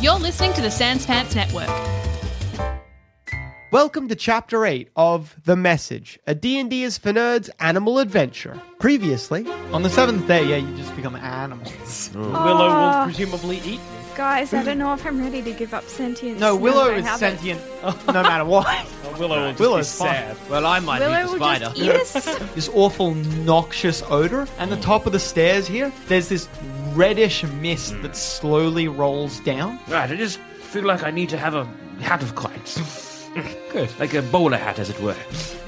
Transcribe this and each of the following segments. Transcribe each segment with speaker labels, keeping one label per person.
Speaker 1: You're listening to the Sans Pants Network.
Speaker 2: Welcome to Chapter 8 of The Message, a D&D is for nerds animal adventure. Previously,
Speaker 3: On the seventh day, yeah, you just become animals.
Speaker 4: Willow
Speaker 5: Ah.
Speaker 4: will presumably eat.
Speaker 5: Guys, I don't know if I'm ready to give up sentience.
Speaker 3: No, Willow
Speaker 5: I
Speaker 3: is
Speaker 5: haven't.
Speaker 3: sentient no matter what.
Speaker 4: Oh, Willow will just
Speaker 3: Willow's
Speaker 4: be sad.
Speaker 6: Well, I might
Speaker 5: Willow
Speaker 6: be the
Speaker 5: will
Speaker 6: spider.
Speaker 5: just eat us.
Speaker 3: This awful, noxious odor. And the top of the stairs here, there's this reddish mist that slowly rolls down.
Speaker 4: Right, I just feel like I need to have a hat of clouds.
Speaker 3: Good.
Speaker 4: Like a bowler hat, as it were.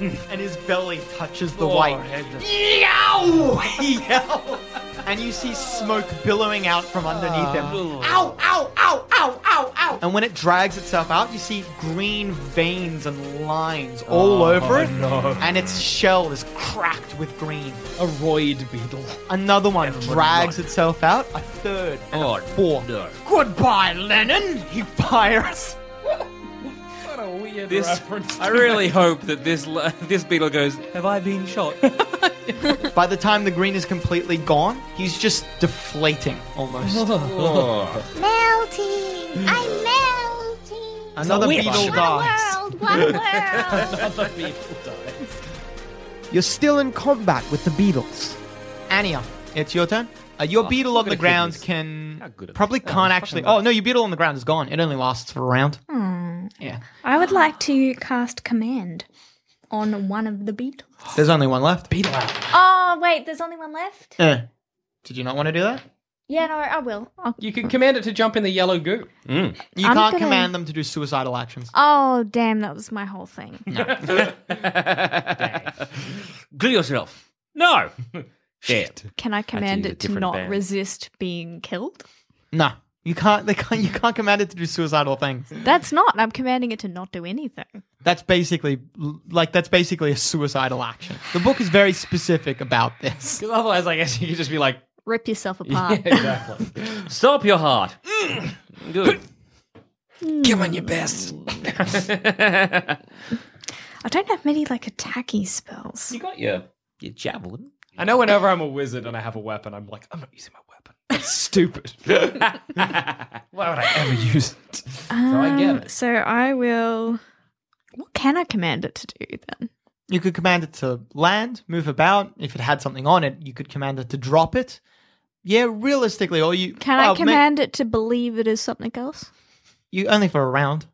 Speaker 3: And his belly touches the
Speaker 4: Oh,
Speaker 3: white.
Speaker 4: and the-
Speaker 3: Yow! Yow! And you see smoke billowing out from underneath him. Ow, ow, ow, ow, ow, ow! Ah. And when it drags itself out, you see green veins and lines all over it. And its shell is cracked with green.
Speaker 4: A roid beetle.
Speaker 3: Another one drags itself out. A third and
Speaker 6: Oh,
Speaker 3: a fourth.
Speaker 6: no.
Speaker 3: Goodbye, Lennon! He fires.
Speaker 4: What a weird
Speaker 6: This,
Speaker 4: reference.
Speaker 6: I really hope that this l- this beetle goes. Have I been shot?
Speaker 3: By the time the green is completely gone, he's just deflating almost.
Speaker 7: Melting! I'm melting!
Speaker 3: Another
Speaker 4: witch.
Speaker 3: beetle
Speaker 4: One
Speaker 3: dies.
Speaker 7: World, one world!
Speaker 4: Another beetle died.
Speaker 2: you're still in combat with the beetles.
Speaker 3: Anya, it's your turn. Uh, your beetle on
Speaker 4: Oh, look
Speaker 3: the
Speaker 4: at
Speaker 3: ground
Speaker 4: goodness. How
Speaker 3: can
Speaker 4: good am
Speaker 3: probably can't actually. Oh no, your beetle on the ground is gone. It only lasts for a round. Yeah,
Speaker 5: I would like to cast command on one of the beetles.
Speaker 3: there's only one left. Beetle.
Speaker 5: Oh wait, there's only one left.
Speaker 3: Did you not want to do that?
Speaker 5: Yeah, no, I will. I'll-
Speaker 4: You can command it to jump in the yellow goo.
Speaker 3: Mm. You
Speaker 5: I'm
Speaker 3: can't
Speaker 5: gonna-
Speaker 3: command them to do suicidal actions.
Speaker 5: Oh damn, that was my whole thing.
Speaker 6: Glue yourself. No. Shit.
Speaker 5: Can I command
Speaker 6: use a
Speaker 5: it to
Speaker 6: different
Speaker 5: not
Speaker 6: band.
Speaker 5: resist being killed?
Speaker 3: No, you can't. They can't. You can't command it to do suicidal things.
Speaker 5: That's not. I'm commanding it to not do anything.
Speaker 3: That's basically like that's basically a suicidal action. The book is very specific about this.
Speaker 4: Because otherwise, I guess you could just be like,
Speaker 5: Rip yourself apart.
Speaker 4: exactly.
Speaker 6: Stop your heart.
Speaker 4: Mm.
Speaker 6: Good.
Speaker 5: I don't have many like attacky spells.
Speaker 4: you got your.
Speaker 6: You javelin.
Speaker 4: I know whenever I'm a wizard and I have a weapon, I'm like, I'm not using my weapon. That's stupid. Why would I ever use it?
Speaker 5: Um,
Speaker 4: I get it.
Speaker 5: So I will. What can I command it to do then?
Speaker 3: You could command it to land, move about. If it had something on it, you could command it to drop it. Yeah, realistically, or you
Speaker 5: Can
Speaker 3: well,
Speaker 5: I
Speaker 3: ma-
Speaker 5: command it to believe it is something else?
Speaker 3: you only for a round.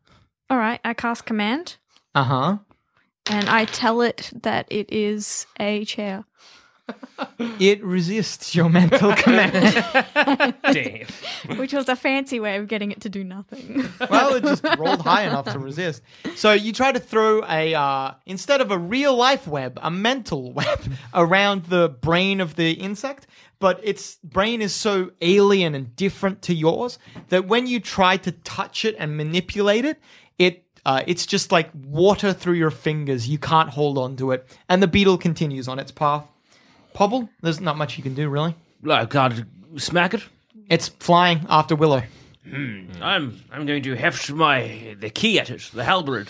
Speaker 5: All right, I cast command
Speaker 3: Uh huh.
Speaker 5: and I tell it that it is a chair.
Speaker 3: It resists your mental command.
Speaker 4: Damn.
Speaker 5: which was a fancy way of getting it to do nothing.
Speaker 3: well, it just rolled high enough to resist. So you try to throw a uh, instead of a real life web, a mental web around the brain of the insect. But its brain is so alien and different to yours that when you try to touch it and manipulate it, it uh, it's just like water through your fingers. You can't hold on to it, and the beetle continues on its path. Pobble, there's not much you can do really.
Speaker 6: Like, I can't smack it.
Speaker 3: It's flying after Willow.
Speaker 6: I'm I'm going to heft my the key at it, the halberd,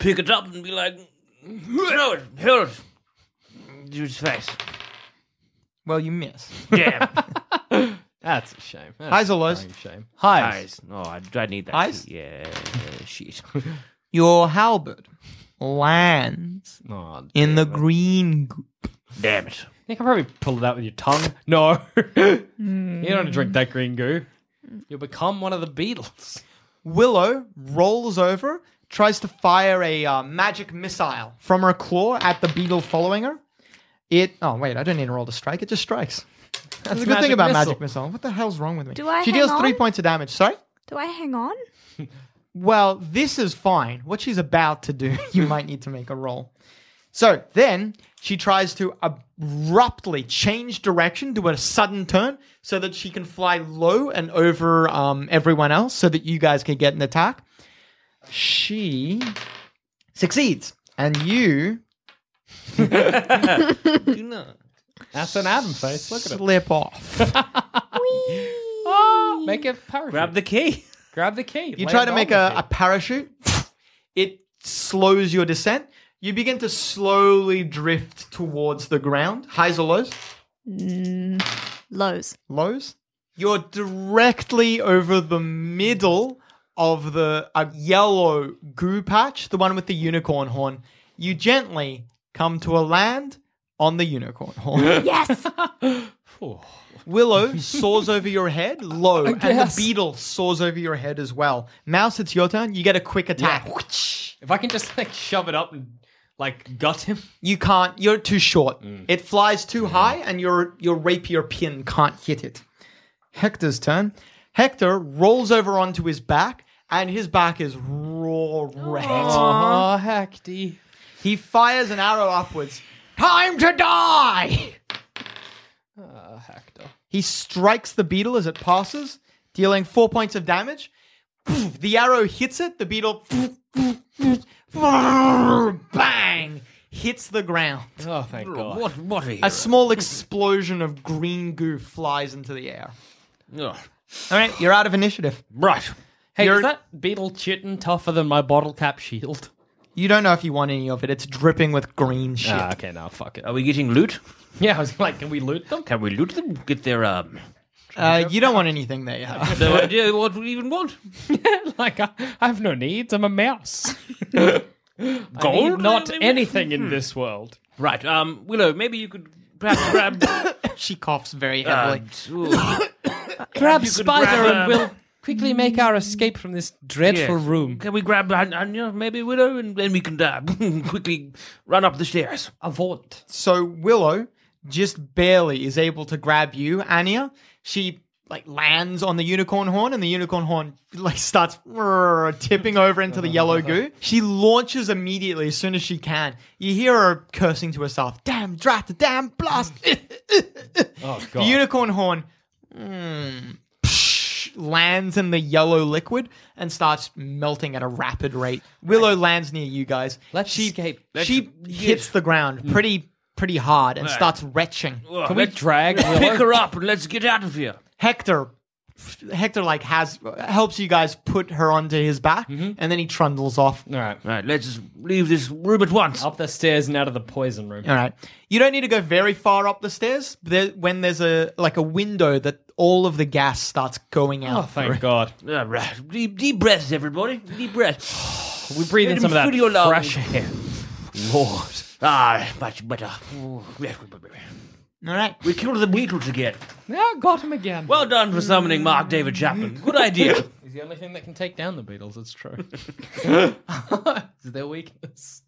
Speaker 6: pick it up and be like, throw it, hurl it, to his face.
Speaker 3: Well, you miss.
Speaker 6: Damn.
Speaker 4: That's a shame. That's
Speaker 3: Highs or lows?
Speaker 4: a shame.
Speaker 3: Highs.
Speaker 6: Eyes. Oh, I, I need that.
Speaker 3: Eyes?
Speaker 6: key. Yeah. Shit.
Speaker 3: Your halberd lands
Speaker 4: Oh,
Speaker 3: in the green goop.
Speaker 6: Damn it.
Speaker 4: You can probably pull it out with your tongue. No. You don't want to drink that green goo. You'll become one of the beetles.
Speaker 3: Willow rolls over, tries to fire a uh, magic missile from her claw at the beetle following her. It. Oh wait, I don't need to roll to strike. It just strikes. That's the good
Speaker 4: magic
Speaker 3: thing about
Speaker 4: missile.
Speaker 3: magic missile. What the hell's wrong with me?
Speaker 5: Do I
Speaker 3: She
Speaker 5: hang
Speaker 3: deals three
Speaker 5: on?
Speaker 3: points of damage. Sorry.
Speaker 5: do I hang on?
Speaker 3: Well, this is fine. What she's about to do, you might need to make a roll. So then she tries to abruptly change direction, do a sudden turn, so that she can fly low and over um, everyone else, so that you guys can get an attack. She succeeds, and you
Speaker 6: Do not.
Speaker 8: That's an Adam face. Look at it.
Speaker 3: slip off.
Speaker 8: Oh, Make it parachute.
Speaker 6: Grab the key.
Speaker 8: Grab the key.
Speaker 3: You
Speaker 8: Lay
Speaker 3: try
Speaker 8: it
Speaker 3: to
Speaker 8: on
Speaker 3: make
Speaker 8: the
Speaker 3: a,
Speaker 8: key.
Speaker 3: a parachute, it slows your descent. You begin to slowly drift towards the ground. Highs or lows?
Speaker 5: Lows.
Speaker 3: Lows. You're directly over the middle of the a yellow goo patch, the one with the unicorn horn. You gently come to a land on the unicorn horn.
Speaker 5: Yes.
Speaker 3: Willow soars over your head, low, and the
Speaker 8: guess.
Speaker 3: beetle soars over your head as well. Mouse, it's your turn. You get a quick attack.
Speaker 8: If I can just like shove it up and like gut him.
Speaker 3: you can't you're too short
Speaker 8: Mm.
Speaker 3: it flies too high and your your rapier pin can't hit it hector's turn hector rolls over onto his back and his back is raw red
Speaker 8: Uh-huh.
Speaker 9: Oh, heck, D.
Speaker 3: he fires an arrow upwards time to die
Speaker 8: Uh, Hector.
Speaker 3: he strikes the beetle as it passes dealing four points of damage the arrow hits it the beetle bang hits the ground
Speaker 8: Oh, thank God.
Speaker 6: What? What are you?
Speaker 3: A small explosion of green goo flies into the air.
Speaker 6: Oh,
Speaker 3: All right, you're out of initiative.
Speaker 6: right.
Speaker 8: Hey,
Speaker 3: You're-
Speaker 8: is that beetle chitin tougher than my bottle cap shield?
Speaker 3: You don't know if you want any of it. It's dripping with green shit.
Speaker 8: Ah, okay, now fuck it.
Speaker 6: Are we getting loot?
Speaker 8: Yeah, I was like, can we loot them?
Speaker 6: Can we loot them? Get their um.
Speaker 3: Uh, you don't want anything there. yeah.
Speaker 6: No idea what we even want.
Speaker 8: like, I, I have no needs. I'm a mouse. I need
Speaker 6: Gold?
Speaker 8: not
Speaker 6: Maybe-
Speaker 8: anything
Speaker 6: Hmm.
Speaker 8: in this world.
Speaker 6: Right. Um, Willow, maybe you could perhaps grab.
Speaker 3: she coughs very
Speaker 6: uh,
Speaker 3: heavily.
Speaker 6: ooh,
Speaker 8: Grab
Speaker 6: You could
Speaker 8: spider,
Speaker 6: grab,
Speaker 8: and
Speaker 6: um,
Speaker 8: we'll quickly make our escape from this dreadful
Speaker 6: yes.
Speaker 8: room.
Speaker 6: Can we grab an onion, maybe Willow, and then we can uh, quickly run up the stairs.
Speaker 8: Avaunt.
Speaker 3: so Willow just barely is able to grab you, Anya. She like lands on the unicorn horn, and the unicorn horn like starts tipping over into the yellow goo. She launches immediately as soon as she can. You hear her cursing to herself, "Damn drat, damn blast!"
Speaker 8: Oh
Speaker 3: The unicorn horn mm, psh, lands in the yellow liquid and starts melting at a rapid rate. Willow lands near you guys.
Speaker 8: Let's escape. Mm.
Speaker 3: She hits the ground pretty pretty hard and starts retching.
Speaker 6: Ugh,
Speaker 8: Can we
Speaker 6: let's
Speaker 8: drag
Speaker 6: pick
Speaker 8: Willow?
Speaker 6: her up and let's get out of here?
Speaker 3: Hector Hector like has helps you guys put her onto his back
Speaker 8: Mm-hmm.
Speaker 3: and then he trundles off.
Speaker 8: All right.
Speaker 6: Right. Let's just leave this room at once.
Speaker 8: Up the stairs and out of the poison room.
Speaker 6: Oh,
Speaker 3: All right. You don't need to go very far up the stairs there, when there's a like a window that all of the gas starts going
Speaker 8: Oh,
Speaker 3: out.
Speaker 8: thank God.
Speaker 6: All right. Uh, Deep, deep breaths, everybody. Deep breaths.
Speaker 8: We breathe in
Speaker 6: Let
Speaker 8: some of
Speaker 6: him
Speaker 8: that
Speaker 6: fill your lungs.
Speaker 8: fresh air. Lord.
Speaker 6: Ah, much better. Ooh.
Speaker 3: all right.
Speaker 6: We killed the Beatles again.
Speaker 8: Yeah, got him again.
Speaker 6: Well done for summoning Mark David Chapman. Good idea.
Speaker 8: He's the only thing that can take down the Beatles, it's true. it's their weakness.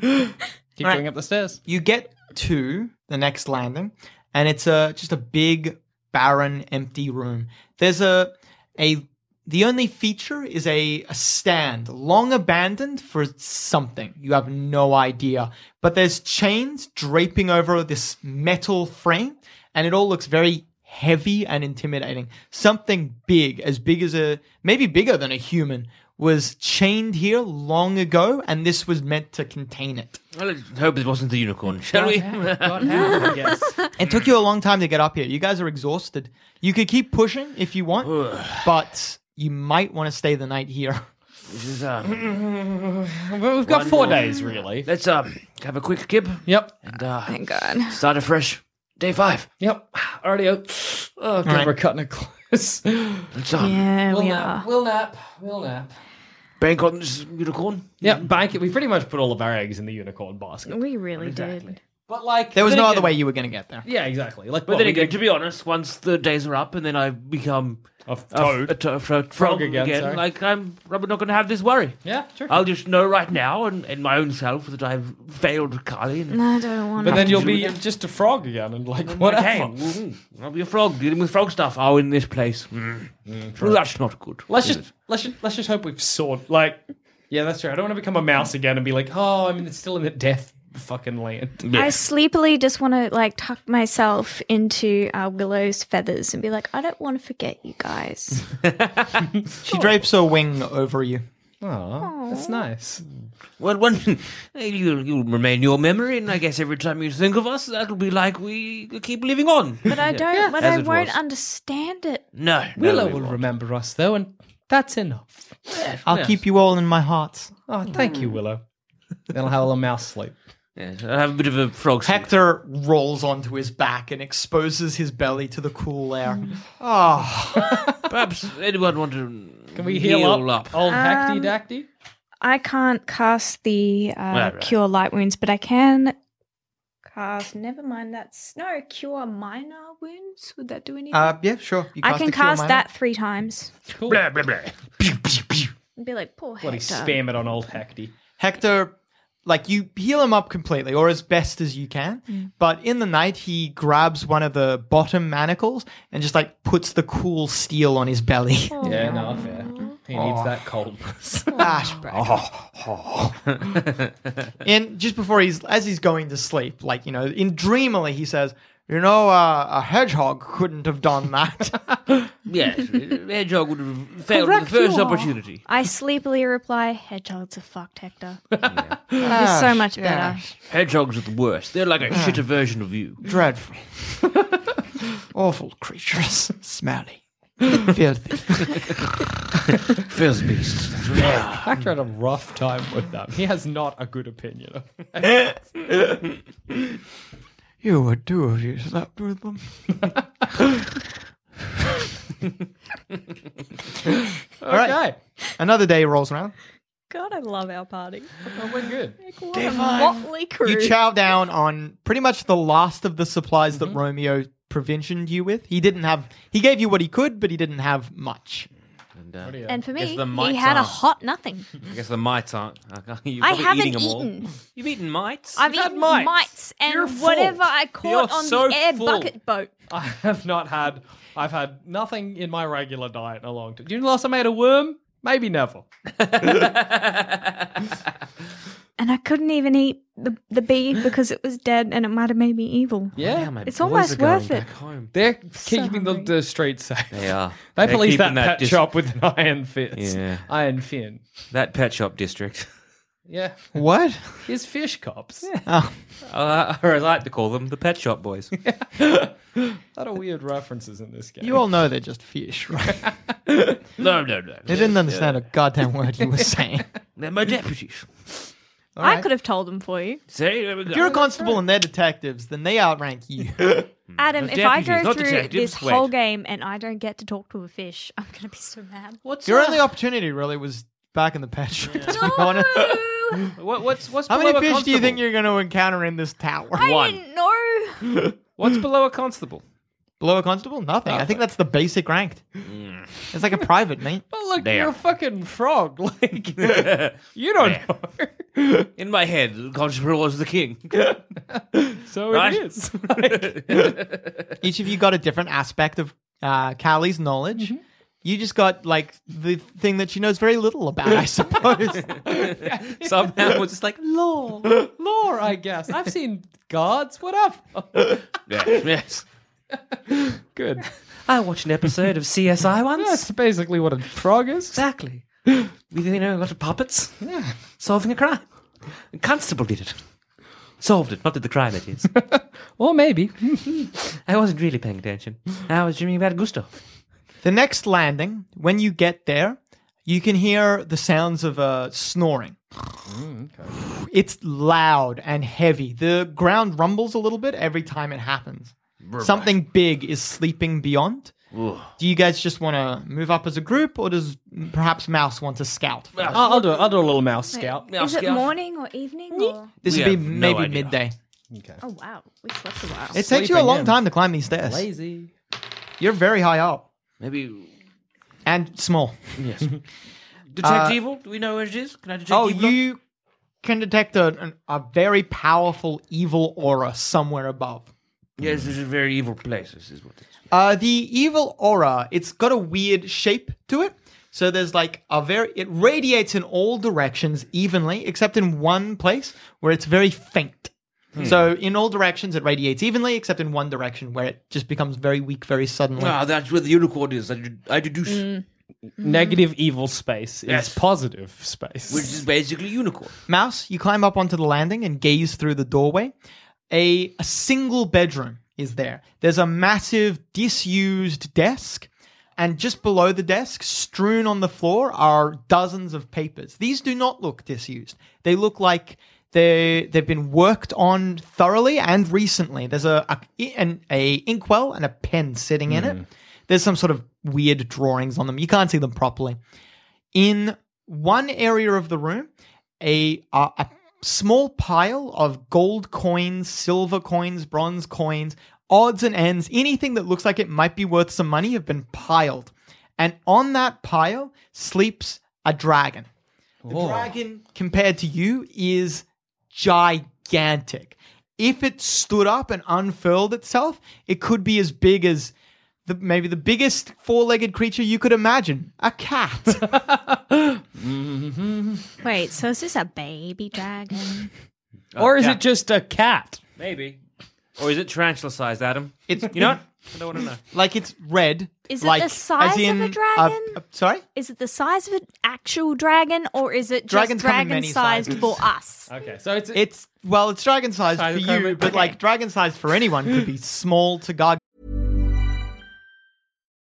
Speaker 8: Keep
Speaker 3: Alright.
Speaker 8: going up the stairs.
Speaker 3: you get to the next landing and it's a just a big barren empty room there's a a the only feature is a, a stand long abandoned for something you have no idea but there's chains draping over this metal frame and it all looks very heavy and intimidating something big as big as a maybe bigger than a human was chained here long ago and this was meant to contain it
Speaker 6: Well, let's hope it wasn't the unicorn, shall we?
Speaker 8: Got him, I guess.
Speaker 3: It took you a long time to get up here. You guys are exhausted. You could keep pushing if you want, but you might want to stay the night here.
Speaker 6: This is, uh,
Speaker 8: Well, we've got four days, really.
Speaker 6: let's um, have a quick kip
Speaker 8: Yep.
Speaker 6: and uh,
Speaker 5: Thank God.
Speaker 6: start afresh. Day five.
Speaker 8: Yep. Already out. Oh, God,
Speaker 3: Alright.
Speaker 8: we're cutting it close.
Speaker 6: Let's um,
Speaker 5: Yeah, we
Speaker 8: nap.
Speaker 5: are.
Speaker 8: We'll nap. We'll nap.
Speaker 6: bank on this unicorn.
Speaker 8: Yeah, bank it. We pretty much put all of our eggs in the unicorn basket.
Speaker 5: We really did.
Speaker 8: But, like.
Speaker 3: There was
Speaker 8: then
Speaker 3: no other
Speaker 8: again-
Speaker 3: way you were going to get there.
Speaker 8: Yeah, exactly. Like,
Speaker 6: But then again, to be honest, once the days are up and then I become
Speaker 8: A
Speaker 6: a, f-
Speaker 8: toad.
Speaker 6: a to- fro- frog
Speaker 8: again,
Speaker 6: again,
Speaker 8: sorry.
Speaker 6: like I'm, I'm not going to have this worry.
Speaker 8: yeah, sure.
Speaker 6: I'll just know right now and in my own self that I've failed Carly. And,
Speaker 5: No, I don't want
Speaker 8: But
Speaker 5: to.
Speaker 8: then you'll be just a frog again and, like, whatever.
Speaker 6: Hey, mm, I'll be a frog dealing with frog stuff. Oh, in this place. Mm. Well, that's not good.
Speaker 8: Let's
Speaker 6: is
Speaker 8: just let's just let's just hope we've sort like yeah, that's true. I don't want to become a mouse again and be like, oh, I mean, it's still in the death fucking land.
Speaker 5: I sleepily just want to like tuck myself into uh, Willow's feathers and be like, I don't want to forget you guys.
Speaker 3: She drapes her wing over you.
Speaker 8: Oh, that's nice.
Speaker 6: Well, one, you'll, you'll remain your memory, and I guess every time you think of us, that'll be like we keep living on.
Speaker 5: But I don't. But
Speaker 6: As
Speaker 5: I
Speaker 6: it
Speaker 5: won't
Speaker 6: was.
Speaker 5: understand it.
Speaker 6: No, no,
Speaker 8: Willow
Speaker 6: we
Speaker 8: will
Speaker 6: won't.
Speaker 8: remember us though, and that's enough.
Speaker 3: I'll keep you all in my heart.
Speaker 8: Oh, thank you, Willow. then I'll have a little mouse sleep.
Speaker 6: Yes, I'll have a bit of a frog. sleep.
Speaker 3: Hector rolls onto his back and exposes his belly to the cool air. Ah,
Speaker 6: Perhaps anyone want to
Speaker 8: Can we heal, up,
Speaker 6: Oh.
Speaker 8: old Hackty
Speaker 5: Um,
Speaker 8: Dackty?
Speaker 5: I can't cast the uh,
Speaker 6: Right, right.
Speaker 5: cure light wounds, but I can cast. Never mind. That's no cure minor wounds. Would that do anything?
Speaker 3: uh, yeah, sure. You
Speaker 5: I can
Speaker 3: the cure
Speaker 5: cast
Speaker 3: minor.
Speaker 5: that three times.
Speaker 8: Cool.
Speaker 6: Blah blah blah. Pew, pew, pew.
Speaker 5: And be like, poor
Speaker 8: Bloody
Speaker 5: Hector.
Speaker 8: spam it on old Hackty.
Speaker 3: Hector, like you heal him up completely or as best as you can.
Speaker 5: Mm.
Speaker 3: But in the night, he grabs one of the bottom manacles and just like puts the cool steel on his belly.
Speaker 5: Oh.
Speaker 8: Yeah, no, fair. He needs that coldness.
Speaker 3: Ash, and just before he's as he's going to sleep, like you know, in dreamily he says, "You know, uh, a hedgehog couldn't have done that."
Speaker 6: Yes, Hedgehog would have failed at the first opportunity.
Speaker 5: I sleepily reply, hedgehogs are fucked, Hector.
Speaker 6: Ah,
Speaker 5: It's so much better.
Speaker 6: Hedgehogs are the worst. They're like a shitter version of you.
Speaker 3: Dreadful, awful creatures, smelly, filthy.
Speaker 6: First beast.
Speaker 8: Hector had a rough time with them. He has not a good opinion of
Speaker 3: You would do if you slept with them. All right,
Speaker 8: Okay.
Speaker 3: another day rolls around.
Speaker 5: God, I love our party.
Speaker 8: Oh, we're good.
Speaker 5: What a motley crew.
Speaker 3: You chow down on pretty much the last of the supplies that Romeo provisioned you with. He didn't have. He gave you what he could, but he didn't have much.
Speaker 5: and for
Speaker 6: Guess
Speaker 5: me,
Speaker 6: the mites
Speaker 5: he had a
Speaker 6: aren't.
Speaker 5: hot nothing.
Speaker 6: I guess the mites aren't. You're
Speaker 5: I
Speaker 6: probably
Speaker 5: haven't
Speaker 6: eating them all.
Speaker 5: eaten.
Speaker 6: You've eaten mites.
Speaker 5: I've
Speaker 8: You've had
Speaker 5: eaten mites,
Speaker 8: mites.
Speaker 5: and
Speaker 8: You're full.
Speaker 5: whatever I caught
Speaker 6: You're
Speaker 5: on
Speaker 6: so
Speaker 5: the air
Speaker 6: full.
Speaker 5: bucket boat.
Speaker 8: I have not had. I've had nothing in my regular diet in a long time. Do you know the last time I had a worm? Maybe never.
Speaker 5: And I couldn't even eat the, the bee because it was dead and it might have made me evil.
Speaker 8: Yeah,
Speaker 6: my
Speaker 5: It's
Speaker 6: boys
Speaker 5: almost
Speaker 6: are going
Speaker 5: worth it.
Speaker 6: Back home.
Speaker 8: They're
Speaker 5: So
Speaker 8: keeping the,
Speaker 5: hungry.
Speaker 8: the streets safe.
Speaker 6: They are.
Speaker 8: They
Speaker 6: They're
Speaker 8: police that,
Speaker 6: keeping
Speaker 8: pet
Speaker 6: dis-
Speaker 8: shop with an iron fist.
Speaker 6: Yeah.
Speaker 8: Iron fin.
Speaker 6: That pet shop district.
Speaker 8: Yeah.
Speaker 3: What?
Speaker 8: His fish cops.
Speaker 3: Oh,
Speaker 6: Uh, or I like to call them the pet shop boys.
Speaker 8: A lot of weird references in this game.
Speaker 3: you all know they're just fish, right?
Speaker 6: no, no, no.
Speaker 3: They didn't understand a goddamn word you were saying.
Speaker 6: They're my deputies.
Speaker 5: I could have told them for you.
Speaker 6: See, there we go.
Speaker 3: If you're a constable and they're detectives, then they outrank you. Hmm.
Speaker 5: Adam,
Speaker 6: Not
Speaker 5: if I
Speaker 6: deputies,
Speaker 5: go
Speaker 6: not
Speaker 5: through
Speaker 6: detectives,
Speaker 5: this
Speaker 6: wait.
Speaker 5: whole game and I don't get to talk to a fish, I'm going to be so mad.
Speaker 6: what's
Speaker 3: Your
Speaker 6: uh,
Speaker 3: only opportunity really was back in the pet shop. To be
Speaker 5: No!
Speaker 3: honest.
Speaker 6: what, what's what's
Speaker 3: How
Speaker 6: below
Speaker 3: many
Speaker 6: a
Speaker 3: fish do you
Speaker 6: constable?
Speaker 3: think you're going to encounter in this tower?
Speaker 5: I
Speaker 6: One.
Speaker 5: didn't know.
Speaker 6: What's below a constable?
Speaker 3: Below a constable? Nothing. I think that's the basic ranked. It's like a private, mate.
Speaker 8: But look,
Speaker 6: There.
Speaker 8: you're a fucking frog. Like, you don't
Speaker 6: Oh,
Speaker 8: know.
Speaker 6: In my head, the constable was the king.
Speaker 8: so
Speaker 6: Right.
Speaker 8: it is.
Speaker 3: Each of you got a different aspect of uh, Callie's knowledge. You just got like the thing that she knows very little about, I suppose.
Speaker 6: Somehow it was just like law.
Speaker 8: Lore, I guess. I've seen guards. What up?
Speaker 6: yes, yes.
Speaker 8: Good.
Speaker 6: I watched an episode of CSI
Speaker 8: That's basically what a frog is.
Speaker 6: Exactly. With, you know, a lot of puppets solving a crime. A constable did it. Solved it, not did the crime, it is.
Speaker 8: Or maybe.
Speaker 6: I wasn't really paying attention. I was dreaming about Gustav.
Speaker 3: the next landing, when you get there, you can hear the sounds of uh, snoring.
Speaker 6: Mm,
Speaker 3: It's loud and heavy. The ground rumbles a little bit every time it happens. Something big is sleeping beyond. Do you guys just want to move up as a group, or does perhaps Mouse want to scout?
Speaker 8: I'll, I'll do. I'll do a little mouse scout.
Speaker 6: Meow,
Speaker 5: Is it
Speaker 6: scout.
Speaker 5: morning or evening? Or...
Speaker 3: This
Speaker 6: We
Speaker 3: would be
Speaker 6: have no
Speaker 3: maybe
Speaker 6: idea.
Speaker 3: midday.
Speaker 5: Oh, wow. We slept a while.
Speaker 3: It takes you a
Speaker 8: Sleeping
Speaker 3: long
Speaker 8: in.
Speaker 3: time to climb these stairs.
Speaker 8: Lazy.
Speaker 3: You're very high up
Speaker 6: Maybe.
Speaker 3: and small.
Speaker 6: Yes. Detect evil? Do we know where it is? Can I detect
Speaker 3: Oh,
Speaker 6: evil?
Speaker 3: you can detect a, an, a very powerful evil aura somewhere above.
Speaker 6: Yes, this is a very evil place. This is what it is.
Speaker 3: Uh, the evil aura, it's got a weird shape to it. So there's like a very it radiates in all directions evenly, except in one place where it's very faint. So in all directions it radiates evenly, except in one direction where it just becomes very weak very suddenly.
Speaker 6: Ah, that's where the unicorn is. I, ded- I deduce,
Speaker 4: Negative evil space is
Speaker 6: Yes.
Speaker 4: positive space.
Speaker 6: which is basically unicorn.
Speaker 3: Mouse, you climb up onto the landing and gaze through the doorway. A, a single bedroom is there. There's a massive disused desk, and just below the desk, strewn on the floor, are dozens of papers. These do not look disused. They look like they they've been worked on thoroughly and recently. There's a, a an a inkwell and a pen sitting in it. There's some sort of weird drawings on them. You can't see them properly in one area of the room a, a a small pile of gold coins silver coins bronze coins odds and ends anything that looks like it might be worth some money have been piled and on that pile sleeps a dragon the dragon compared to you is gigantic if it stood up and unfurled itself it could be as big as the, maybe the biggest four-legged creature you could imagine a cat
Speaker 5: Wait, so is this a baby dragon?
Speaker 8: Uh,
Speaker 4: or is it just a cat?
Speaker 6: Maybe. Or is it tarantula sized, Adam?
Speaker 3: It's
Speaker 6: You know what? I don't want to know.
Speaker 3: like it's red.
Speaker 5: Is it
Speaker 3: like,
Speaker 5: the
Speaker 3: as
Speaker 5: size of a
Speaker 3: in
Speaker 5: dragon?
Speaker 3: uh, sorry,
Speaker 5: Is it the size of an actual dragon, or is it
Speaker 3: Dragons
Speaker 5: just
Speaker 3: come in
Speaker 5: dragon
Speaker 3: many
Speaker 5: sized
Speaker 3: sizes.
Speaker 5: for us?
Speaker 4: Okay, so it's
Speaker 3: it's well, it's dragon sized
Speaker 4: Size
Speaker 3: for you,
Speaker 4: requirement,
Speaker 3: but
Speaker 4: okay.
Speaker 3: like dragon sized for anyone could be small to gargantuan.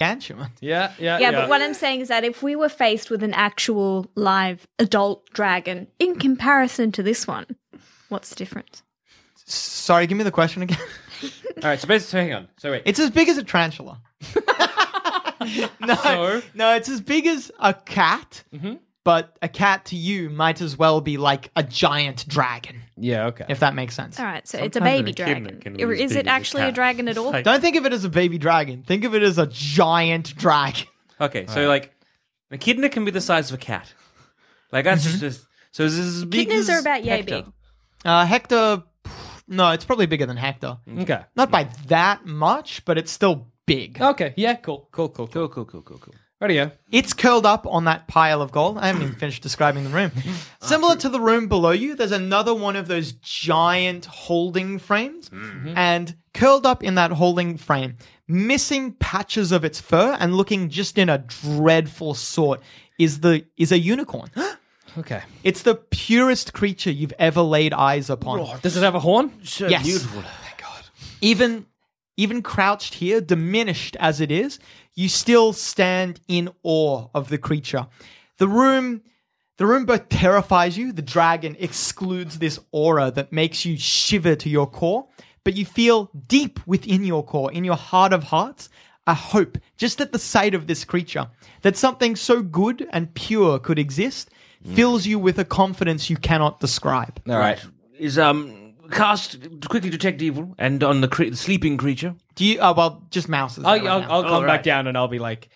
Speaker 4: yeah,
Speaker 8: Uh,
Speaker 4: yeah,
Speaker 5: Yeah, but what I'm saying is that if we were faced with an actual live adult dragon in comparison to this one, what's the difference?
Speaker 3: Sorry, give me the question again.
Speaker 6: All right, so basically, hang on. So wait.
Speaker 3: It's as big as a tarantula. no,
Speaker 4: So? Mm-hmm.
Speaker 3: no, it's as big as a cat. But a cat to you might as well be like a giant dragon,
Speaker 4: yeah, okay.
Speaker 3: if that makes sense.
Speaker 5: All right, so it's a
Speaker 4: Sometimes
Speaker 5: baby
Speaker 4: an echidna
Speaker 5: dragon.
Speaker 4: can be
Speaker 5: Or
Speaker 4: as
Speaker 5: is
Speaker 4: big as
Speaker 5: it
Speaker 4: a
Speaker 5: actually a
Speaker 4: cat.
Speaker 5: dragon at all?
Speaker 3: Don't think of it as a baby dragon. Think of it as a giant dragon.
Speaker 6: Okay, so like, an echidna can be the size of a cat. Like that's just so. This is as big
Speaker 5: Echidnas
Speaker 6: as
Speaker 5: are about yay
Speaker 6: Hector.
Speaker 5: big.
Speaker 3: Uh, Hector, no, it's probably bigger than Hector.
Speaker 4: okay,
Speaker 3: Not by that much, but it's still big.
Speaker 4: okay, yeah, cool, cool, cool, cool.
Speaker 6: Cool, cool, cool, cool, cool.
Speaker 4: Radio.
Speaker 3: It's curled up on that pile of gold. I haven't even finished describing the room. Similar to the room below you, there's another one of those giant holding frames. And curled up in that holding frame, missing patches of its fur and looking just in a dreadful sort, is the is a unicorn.
Speaker 4: Okay,
Speaker 3: it's the purest creature you've ever laid eyes upon.
Speaker 4: does it have a horn?
Speaker 6: So
Speaker 3: Yes.
Speaker 6: beautiful.
Speaker 3: even even crouched here, diminished as it is, you still stand in awe of the creature. The room the room both terrifies you, the dragon excludes this aura that makes you shiver to your core, but you feel deep within your core, in your heart of hearts, a hope just at the sight of this creature that something so good and pure could exist fills you with a confidence you cannot describe.
Speaker 6: All right, is um cast quickly detect evil and on the, cre- the sleeping creature.
Speaker 3: Do you? Uh, well, just mouses.
Speaker 8: Oh,
Speaker 4: I'll, I'll, I'll come
Speaker 6: right.
Speaker 4: back down and I'll be like,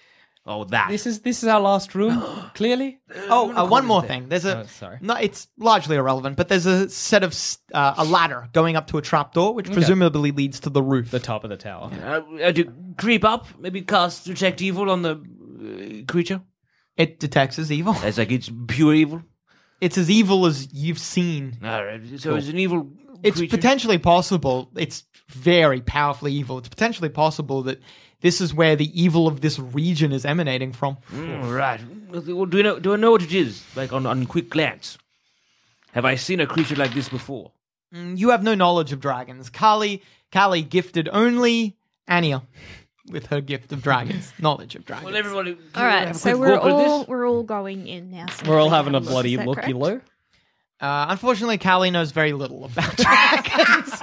Speaker 6: Oh, that.
Speaker 4: this is this is our last room. clearly,
Speaker 3: Oh, uh, one more thing. There's a
Speaker 4: Oh, sorry.
Speaker 3: no. It's largely irrelevant, but there's a set of s- uh, a ladder going up to a trapdoor, which presumably leads to the roof.
Speaker 4: the top of the tower.
Speaker 6: Uh, uh, to creep up, maybe cast detect evil on the uh, creature.
Speaker 3: It detects as evil.
Speaker 6: It's like it's pure evil.
Speaker 3: It's as evil as you've seen.
Speaker 6: All right, so it's an evil.
Speaker 3: It's
Speaker 6: creature.
Speaker 3: potentially possible. It's very powerfully evil. It's potentially possible that this is where the evil of this region is emanating from.
Speaker 4: Hmm.
Speaker 6: Mm, right. Well, Do I know? Do I know what it is? Like on on quick glance, have I seen a creature like this before?
Speaker 3: Mm, You have no knowledge of dragons. Kali, Kali gifted only Ania with her gift of dragons, knowledge of dragons.
Speaker 6: Well, everybody. can
Speaker 5: All right,
Speaker 6: have a
Speaker 5: so
Speaker 6: quick
Speaker 5: we're
Speaker 6: gawp at
Speaker 5: all
Speaker 6: this?
Speaker 5: we're all going in now. so
Speaker 4: We're all
Speaker 5: we can
Speaker 4: having a
Speaker 5: have look,
Speaker 4: bloody
Speaker 5: is that
Speaker 4: looky
Speaker 5: correct?
Speaker 4: loo.
Speaker 3: Uh, unfortunately, Callie knows very little about dragons.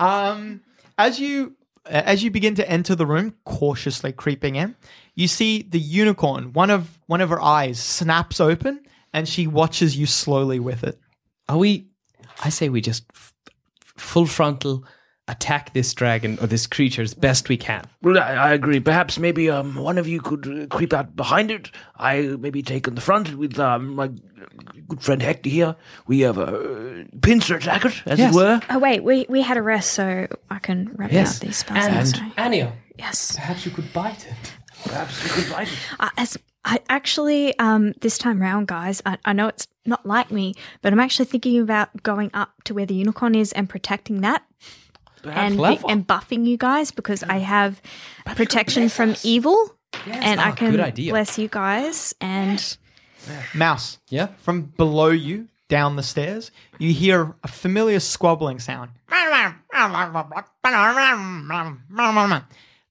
Speaker 3: um, as you as you begin to enter the room, cautiously creeping in, you see the unicorn. One of one of her eyes snaps open, and she watches you slowly with it.
Speaker 8: Are we? I say we just f- f- full frontal attack this dragon or this creature as best we can.
Speaker 6: Well, I, I agree. Perhaps maybe um, one of you could uh, creep out behind it. I maybe take on the front with um, my good friend Hector here. We have a uh, pincer attack it, as
Speaker 8: Yes.
Speaker 6: it were.
Speaker 5: Oh wait, we we had a rest, so I can wrap
Speaker 8: Yes.
Speaker 5: out these spells. I'm
Speaker 8: And,
Speaker 5: sorry.
Speaker 8: Anio,
Speaker 5: yes,
Speaker 8: perhaps you could bite it.
Speaker 6: Perhaps we could bite it.
Speaker 5: I, Uh, as I actually um this time round, guys, I, I know it's not like me, but I'm actually thinking about going up to where the unicorn is and protecting that. And,
Speaker 8: clever.
Speaker 5: and buffing you guys because I have protection from evil, and I
Speaker 8: Ah,
Speaker 5: can
Speaker 8: good idea.
Speaker 5: bless you guys. And
Speaker 3: Mouse.
Speaker 8: Yeah.
Speaker 3: From below you, down the stairs, you hear a familiar squabbling sound. The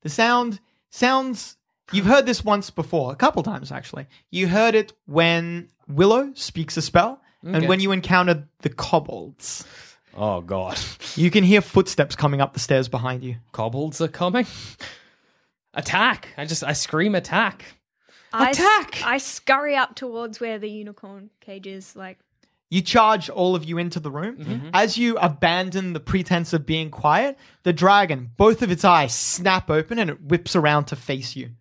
Speaker 3: sound sounds. You've heard this once before, a couple times actually. You heard it when Willow speaks a spell, and when you encounter the kobolds.
Speaker 4: Oh god.
Speaker 3: You can hear footsteps coming up the stairs behind you.
Speaker 8: Kobolds are coming. Attack! I just I scream attack.
Speaker 5: I s-
Speaker 8: Attack!
Speaker 5: I scurry up towards where the unicorn cage is. Like,
Speaker 3: You charge all of you into the room. As you abandon the pretense of being quiet, the dragon, both of its eyes snap open and it whips around to face you.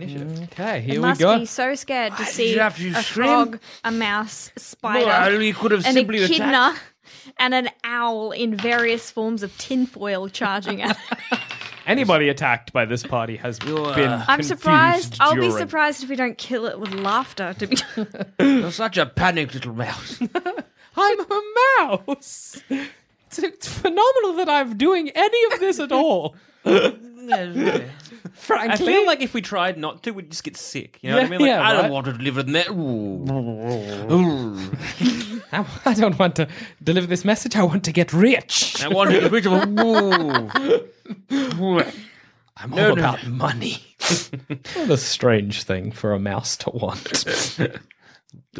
Speaker 8: Okay,
Speaker 5: I
Speaker 8: here
Speaker 5: must
Speaker 8: we go.
Speaker 5: be so scared to
Speaker 6: Why did
Speaker 5: see
Speaker 6: you have to
Speaker 5: a
Speaker 6: scream?
Speaker 5: frog, a mouse, a spider,
Speaker 6: Well, we could have
Speaker 5: an
Speaker 6: simply attacked.
Speaker 5: echidna, uh, and an owl in various forms of tinfoil charging at. it.
Speaker 4: Anybody attacked by this party has
Speaker 6: You're,
Speaker 4: been.
Speaker 6: uh,
Speaker 5: I'm
Speaker 4: confused
Speaker 5: surprised. I'll be
Speaker 4: during-
Speaker 5: surprised if we don't kill it with laughter. To be
Speaker 6: You're such a panicked little mouse.
Speaker 8: I'm a mouse. It's, it's phenomenal that I'm doing any of this at all.
Speaker 6: I
Speaker 8: Frankly,
Speaker 6: feel like if we tried not to, we'd just get sick. You know what I
Speaker 8: Yeah,
Speaker 6: mean? Like,
Speaker 8: yeah,
Speaker 6: I don't
Speaker 8: right.
Speaker 6: want to live with that. Ooh. Ooh.
Speaker 8: I, I don't want to deliver this message. I want to get rich.
Speaker 6: I want to get rid of Ooh.
Speaker 8: I'm
Speaker 6: No, no,
Speaker 8: all about
Speaker 6: no.
Speaker 8: money. what a strange thing for a mouse to want.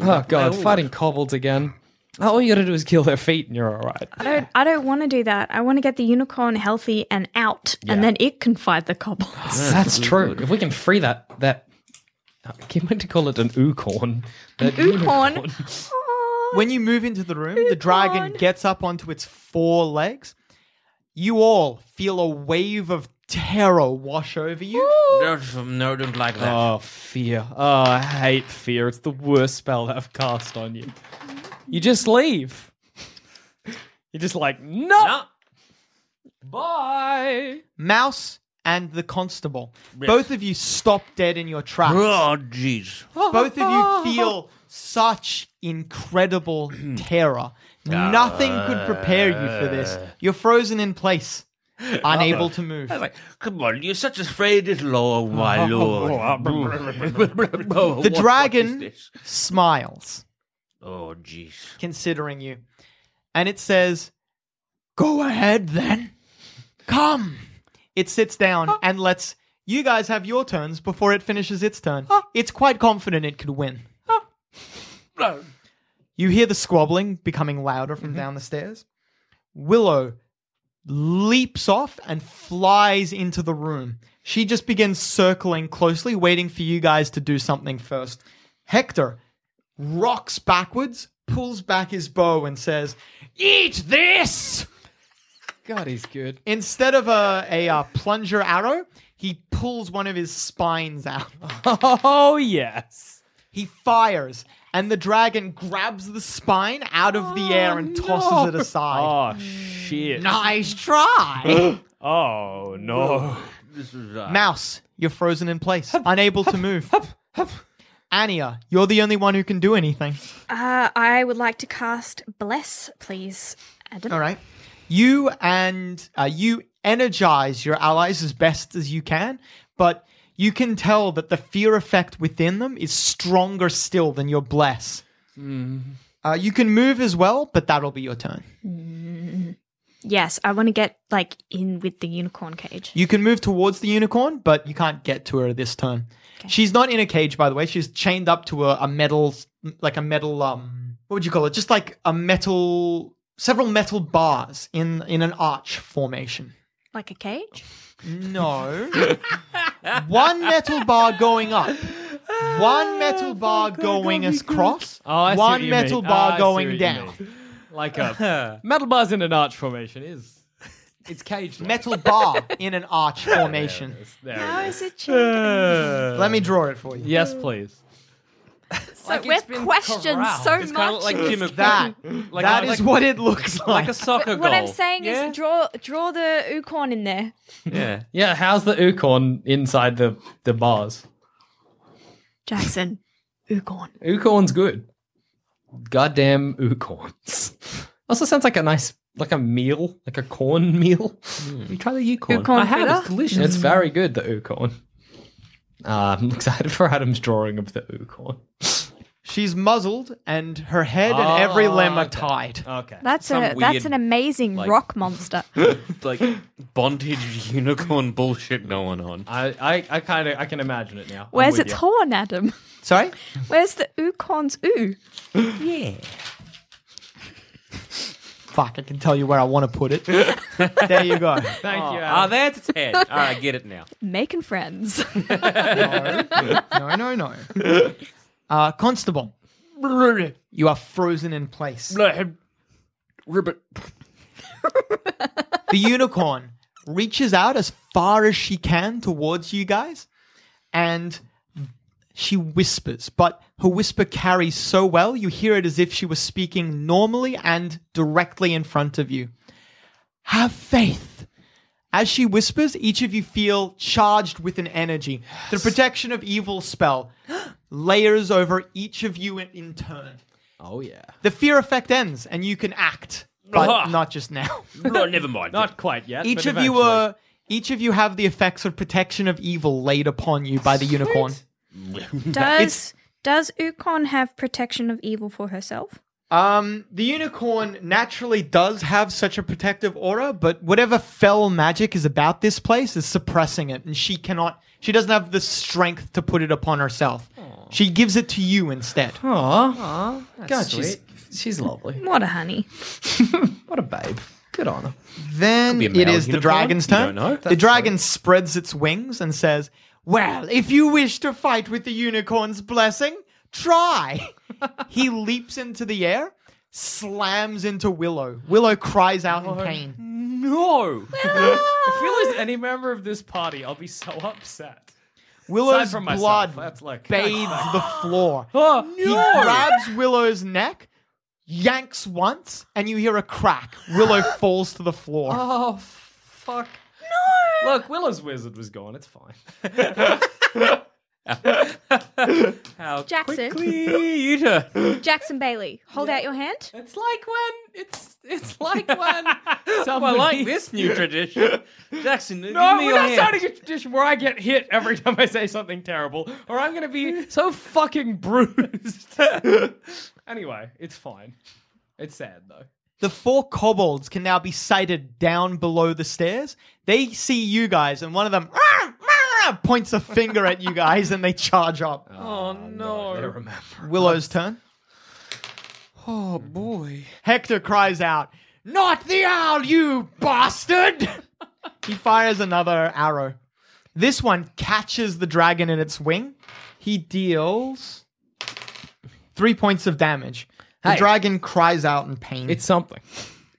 Speaker 8: oh god, fighting kobolds again. Oh, All you gotta do is kill their feet, and you're all right.
Speaker 5: I don't. I don't want to do that. I want to get the unicorn healthy and out, and then it can fight the kobolds.
Speaker 8: That's true. If we can free that that. I'm going to call it an oocorn. That
Speaker 5: Unicorn.
Speaker 8: unicorn.
Speaker 5: Aw.
Speaker 3: When you move into the room, the dragon
Speaker 5: on.
Speaker 3: gets up onto its four legs. You all feel a wave of terror wash over you.
Speaker 6: No, no, don't like that.
Speaker 8: Oh, fear. Oh, I hate fear. It's the worst spell that I've cast on you. You just leave. You're just like, no.
Speaker 6: No.
Speaker 8: Bye.
Speaker 3: Mouse and the constable. Both of you stop dead in your tracks.
Speaker 6: Oh, jeez.
Speaker 3: both of you feel such incredible terror. Nothing could prepare you for this. You're frozen in place, unable to move.
Speaker 6: Like, come on, you're such a afraid little, oh, my lord. oh,
Speaker 3: The
Speaker 6: the
Speaker 3: dragon smiles,
Speaker 6: Oh, jeez.
Speaker 3: considering you, and it says, Go ahead then. Come. It sits down and lets you guys have your turns before it finishes its turn. It's quite confident it could win. You hear the squabbling becoming louder from down the stairs. Willow leaps off and flies into the room. She just begins circling closely, waiting for you guys to do something first. Hector rocks backwards, pulls back his bow, and says, Eat this!
Speaker 8: God, he's good.
Speaker 3: Instead of a, a, uh plunger arrow, he pulls one of his spines out.
Speaker 8: Oh, yes.
Speaker 3: He fires, and the dragon grabs the spine out of the air and tosses it aside.
Speaker 4: Oh
Speaker 3: Mm.
Speaker 4: shit.
Speaker 3: Nice try.
Speaker 4: Oh no.
Speaker 6: This is, uh,
Speaker 3: Mouse, you're frozen in place, unable to move. Ania, you're the only one who can do anything.
Speaker 5: Uh, I would like to cast Bless, please, Adam.
Speaker 3: All right. You and uh, you energize your allies as best as you can, but you can tell that the fear effect within them is stronger still than your bless. Uh, you can move as well, but that'll be your turn.
Speaker 5: Yes, I want to get like in with the unicorn cage.
Speaker 3: You can move towards the unicorn, but you can't get to her this turn. She's not in a cage, by the way. She's chained up to a, a metal, like a metal, um, what would you call it? Just like a metal, several metal bars in in an arch formation.
Speaker 5: Like a cage?
Speaker 3: No. one metal bar going up.
Speaker 8: Ah,
Speaker 3: One metal bar going across.
Speaker 8: Oh, I see what
Speaker 3: one
Speaker 8: you
Speaker 3: metal
Speaker 8: mean.
Speaker 3: bar
Speaker 8: I see
Speaker 3: going
Speaker 8: what you
Speaker 3: down.
Speaker 8: mean. Like a metal bars in an arch formation is it's caged.
Speaker 3: Metal bar in an arch formation.
Speaker 8: There it
Speaker 5: How is
Speaker 8: is.
Speaker 5: it
Speaker 6: Uh,
Speaker 5: cheating?
Speaker 3: Let me draw it for you.
Speaker 8: Yes, please.
Speaker 5: So we're questioned so much.
Speaker 10: It's kind of like
Speaker 5: in
Speaker 10: Jim
Speaker 5: this
Speaker 10: McQueen.
Speaker 3: That,
Speaker 10: Like
Speaker 3: that
Speaker 10: a-
Speaker 3: is
Speaker 10: like-
Speaker 3: what it looks like.
Speaker 10: Like a soccer goal.
Speaker 5: What I'm saying
Speaker 10: Yeah?
Speaker 5: is draw draw the Ukon in there.
Speaker 10: Yeah.
Speaker 8: Yeah, how's the Ukorn inside the, the bars?
Speaker 5: Jackson, Ukon.
Speaker 8: Ukorn's good. Goddamn Ukorns. Also sounds like a nice, like a meal, like a corn meal. You try the Ukorn.
Speaker 5: Ukorn I have, fritter? it's
Speaker 8: delicious. Hmm. It's very good, the Ukorn. Uh, I'm excited for Adam's drawing of the Ukorn.
Speaker 3: She's muzzled, and her head and every
Speaker 8: Oh,
Speaker 3: limb are
Speaker 8: okay.
Speaker 3: tied.
Speaker 8: Okay.
Speaker 5: That's
Speaker 10: Some
Speaker 5: a that's
Speaker 10: weird,
Speaker 5: an amazing
Speaker 10: like-
Speaker 5: rock monster.
Speaker 10: like bondage unicorn bullshit going on.
Speaker 8: I, I, I kind of, I can imagine it now. I'm
Speaker 5: Where's
Speaker 8: with
Speaker 5: its
Speaker 8: you.
Speaker 5: horn, Adam?
Speaker 3: Sorry?
Speaker 5: Where's the Ukon's oo?
Speaker 3: Fuck, I can tell you where I want to put it. there you go.
Speaker 8: Thank you,
Speaker 10: Ah,
Speaker 8: Adam.
Speaker 10: that's its head. All right, I get it now.
Speaker 5: Making friends.
Speaker 3: No, no, no. Uh, Constable, you are frozen in place.
Speaker 10: Ribbit.
Speaker 3: the unicorn reaches out as far as she can towards you guys and she whispers but her whisper carries so well you hear it as if she was speaking normally and directly in front of you have faith as she whispers each of you feel charged with an energy the protection of evil spell layers over each of you in, in turn
Speaker 8: Oh yeah.
Speaker 3: the fear effect ends and you can act but
Speaker 10: Uh-huh.
Speaker 3: not just now
Speaker 10: No, never mind.
Speaker 8: Not quite yet.
Speaker 3: each of
Speaker 8: but
Speaker 3: you
Speaker 8: eventually.
Speaker 3: are each of you have the effects of protection of evil laid upon you by the unicorn
Speaker 5: does does Ukon have protection of evil for herself?
Speaker 3: um the unicorn naturally does have such a protective aura but whatever fell magic is about this place is suppressing it and she cannot she doesn't have the strength to put it upon herself she gives it to you instead
Speaker 8: Aw. God, she's, she's lovely.
Speaker 5: What a honey.
Speaker 8: What a babe. Good on her.
Speaker 3: Then
Speaker 10: be a
Speaker 3: it
Speaker 10: male
Speaker 3: is the
Speaker 10: unicorn.
Speaker 3: dragon's
Speaker 10: You don't
Speaker 3: turn.
Speaker 10: know.
Speaker 3: The dragon spreads its wings and says, Well, if you wish to fight with the unicorn's blessing, try. he leaps into the air, slams into Willow. Willow cries out in pain.
Speaker 10: No.
Speaker 8: I feel as any member of this party, I'll be so upset.
Speaker 3: Willow's
Speaker 8: from
Speaker 3: blood
Speaker 8: myself, that's like-
Speaker 3: bathes the floor.
Speaker 8: Oh,
Speaker 3: He grabs Willow's neck, yanks once, and you hear a crack. Willow falls to the floor.
Speaker 8: Oh, fuck. No! Look, Willow's wizard was gone. It's fine.
Speaker 10: How
Speaker 5: Jackson.
Speaker 10: Uh, quickly you turn.
Speaker 5: Jackson Bailey, hold out your hand.
Speaker 8: It's like when. It's it's like when.
Speaker 10: I
Speaker 8: Somebody...
Speaker 10: like this new tradition. Jackson,
Speaker 8: No,
Speaker 10: give me
Speaker 8: we're
Speaker 10: your
Speaker 8: not
Speaker 10: hand.
Speaker 8: starting a tradition where I get hit every time I say something terrible, or I'm going to be so fucking bruised. anyway, it's fine. It's sad, though.
Speaker 3: The four kobolds can now be sighted down below the stairs. They see you guys, and one of them "Rah, rah," points a finger at you guys, and they charge up.
Speaker 10: Oh, no.
Speaker 8: I remember.
Speaker 3: Willow's turn.
Speaker 10: Oh, boy.
Speaker 3: Hector cries out, "Not the owl, you bastard!" he fires another arrow. This one catches the dragon in its wing. He deals three points of damage. The
Speaker 8: Hey.
Speaker 3: dragon cries out in pain.
Speaker 8: It's something.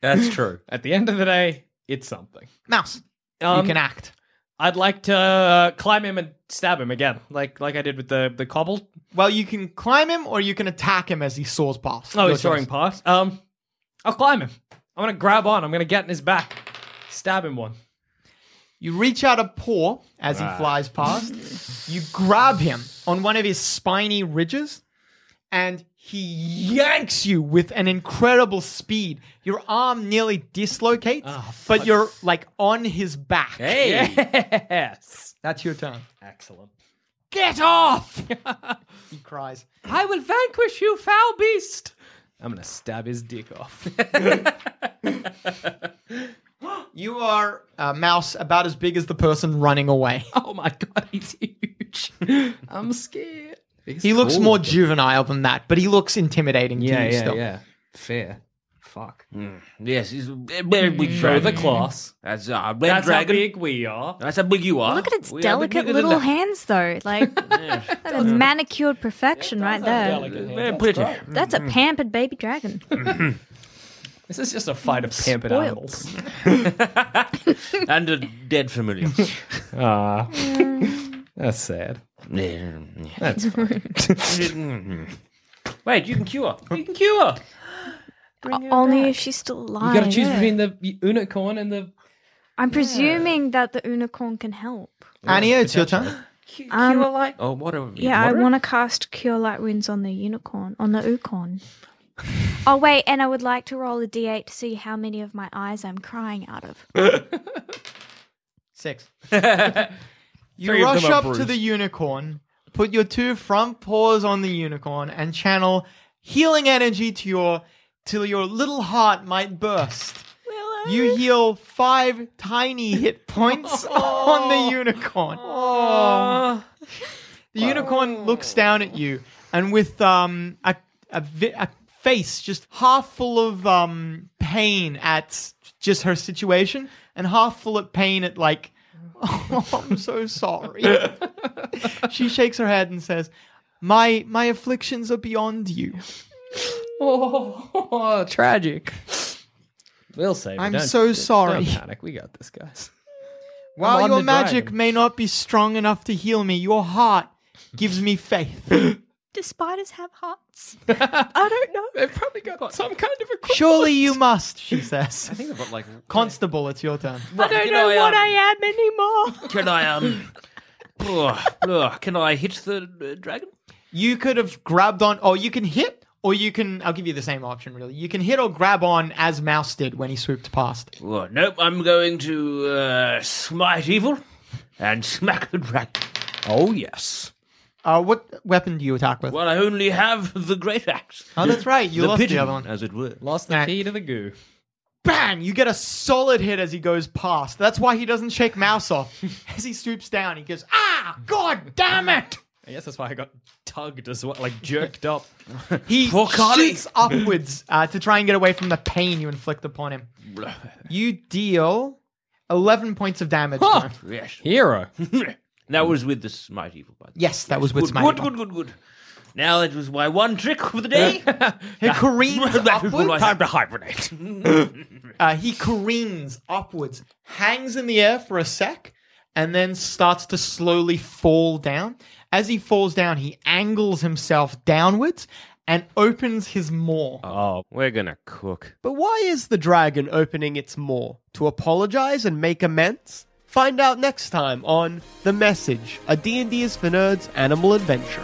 Speaker 10: That's true.
Speaker 8: At the end of the day, it's something.
Speaker 3: mouse.
Speaker 8: Um,
Speaker 3: you can act.
Speaker 8: I'd like to uh, climb him and stab him again, like like I did with the the cobble.
Speaker 3: Well, you can climb him or you can attack him as he soars past.
Speaker 8: Oh,
Speaker 3: Your
Speaker 8: he's soaring
Speaker 3: choice.
Speaker 8: past. Um, I'll climb him. I'm gonna grab on. I'm gonna get in his back, stab him one.
Speaker 3: You reach out a paw as he flies past. you grab him on one of his spiny ridges and he yanks you with an incredible speed. Your arm nearly dislocates,
Speaker 8: Ah,
Speaker 3: but you're like on his back.
Speaker 10: Hey.
Speaker 8: Yes,
Speaker 3: That's your turn.
Speaker 8: excellent.
Speaker 3: Get off! he cries.
Speaker 8: I will vanquish you, foul beast. I'm gonna stab his dick off.
Speaker 3: You are a mouse about as big as the person running away.
Speaker 8: oh my god, he's huge. I'm scared.
Speaker 3: He looks more juvenile than that, but he looks intimidating to
Speaker 8: Yeah,
Speaker 3: you
Speaker 8: yeah,
Speaker 3: still.
Speaker 8: yeah. Fair. Fuck.
Speaker 6: Yes, he's a big
Speaker 8: Mm. Show
Speaker 6: dragon.
Speaker 8: the class.
Speaker 6: That's a red
Speaker 8: That's
Speaker 6: dragon.
Speaker 8: how big we are.
Speaker 6: That's how big you are.
Speaker 5: Look at its
Speaker 6: We are
Speaker 5: delicate
Speaker 6: bigger than
Speaker 5: little
Speaker 6: that.
Speaker 5: hands, though. Like that is manicured perfection right there.
Speaker 6: Very pretty.
Speaker 5: That's a
Speaker 10: Mm-hmm.
Speaker 5: pampered baby dragon.
Speaker 8: This is just a fight of pampered
Speaker 5: Spoiled.
Speaker 8: animals.
Speaker 6: and a dead familiar.
Speaker 8: Ah, that's sad. That's fine.
Speaker 6: Wait, you can cure. You can cure.
Speaker 5: Only if she's still alive.
Speaker 8: you got to choose between the unicorn and the.
Speaker 5: I'm presuming that the unicorn can help.
Speaker 3: Anya, it's your turn.
Speaker 5: Um,
Speaker 6: Oh, what a
Speaker 5: Yeah, I
Speaker 6: what a-
Speaker 5: want to cast Cure Light Wounds on the unicorn, on the Ukon. oh, wait, and I would like to roll a d8 to see how many of my eyes I'm crying out of.
Speaker 3: Six. you
Speaker 2: Three of
Speaker 3: rush
Speaker 2: them are
Speaker 3: up to
Speaker 2: bruised.
Speaker 3: the unicorn, put your two front paws on the unicorn, and channel healing energy to your till your little heart might burst. You heal five tiny hit points on the unicorn. The unicorn looks down at you, and with um a a, vi- a face just half full of um pain at just her situation, and half full of pain at like, oh, I'm so sorry. she shakes her head and says, "My my afflictions are beyond you.
Speaker 8: Oh, tragic. We'll save. it.
Speaker 3: I'm
Speaker 8: Don't-
Speaker 3: so
Speaker 8: don't
Speaker 3: sorry.
Speaker 8: panic. We got this, guys.
Speaker 3: While
Speaker 8: on
Speaker 3: your
Speaker 8: the
Speaker 3: magic
Speaker 8: dragon.
Speaker 3: may not be strong enough to heal me, your heart gives me faith."
Speaker 5: Do spiders have hearts? I don't know.
Speaker 8: They've probably got, some kind of a.
Speaker 3: Surely you must, she says. I
Speaker 6: think they've got like
Speaker 3: Constable, it's your turn.
Speaker 5: I don't know what I am anymore.
Speaker 6: um, Can I um? ugh, ugh, can I hit the uh, dragon?
Speaker 3: You could have grabbed on, or you can hit, or you can. I'll give you the same option, really. You can hit or grab on as Mouse did when he swooped past.
Speaker 6: Well, nope. I'm going to uh, smite evil and smack the dragon. Oh yes.
Speaker 3: Uh, what weapon do you attack with?
Speaker 6: Well, I only have the great axe.
Speaker 3: Oh, that's right. You
Speaker 6: the
Speaker 3: lost
Speaker 6: pigeon,
Speaker 3: the other one.
Speaker 6: as it were.
Speaker 8: Lost the key to the goo.
Speaker 3: Bang! You get a solid hit as he goes past. That's why he doesn't shake Mouse off. as he swoops down, he goes, Ah! God damn it!
Speaker 8: I guess that's why I got tugged as well, like jerked up.
Speaker 3: He
Speaker 8: Poor Carly.
Speaker 3: shoots upwards uh, to try and get away from the pain you inflict upon him. You deal 11 points of damage. to him.
Speaker 6: Yes.
Speaker 8: Hero.
Speaker 6: that was with the smite evil, by the way.
Speaker 3: Yes, that was with
Speaker 6: good,
Speaker 3: Smite
Speaker 6: Good,
Speaker 3: evil.
Speaker 6: good, good, good. Now that was my one trick for the day.
Speaker 3: He careens upwards.
Speaker 6: to hibernate.
Speaker 3: Uh, he careens upwards, hangs in the air for a sec, and then starts to slowly fall down. As he falls down, he angles himself downwards and opens his maw.
Speaker 10: Oh, we're gonna cook.
Speaker 2: Uh. But why is the dragon opening its maw? To apologize and make amends? Find out next time on The Message, a D&D is for nerds animal adventure.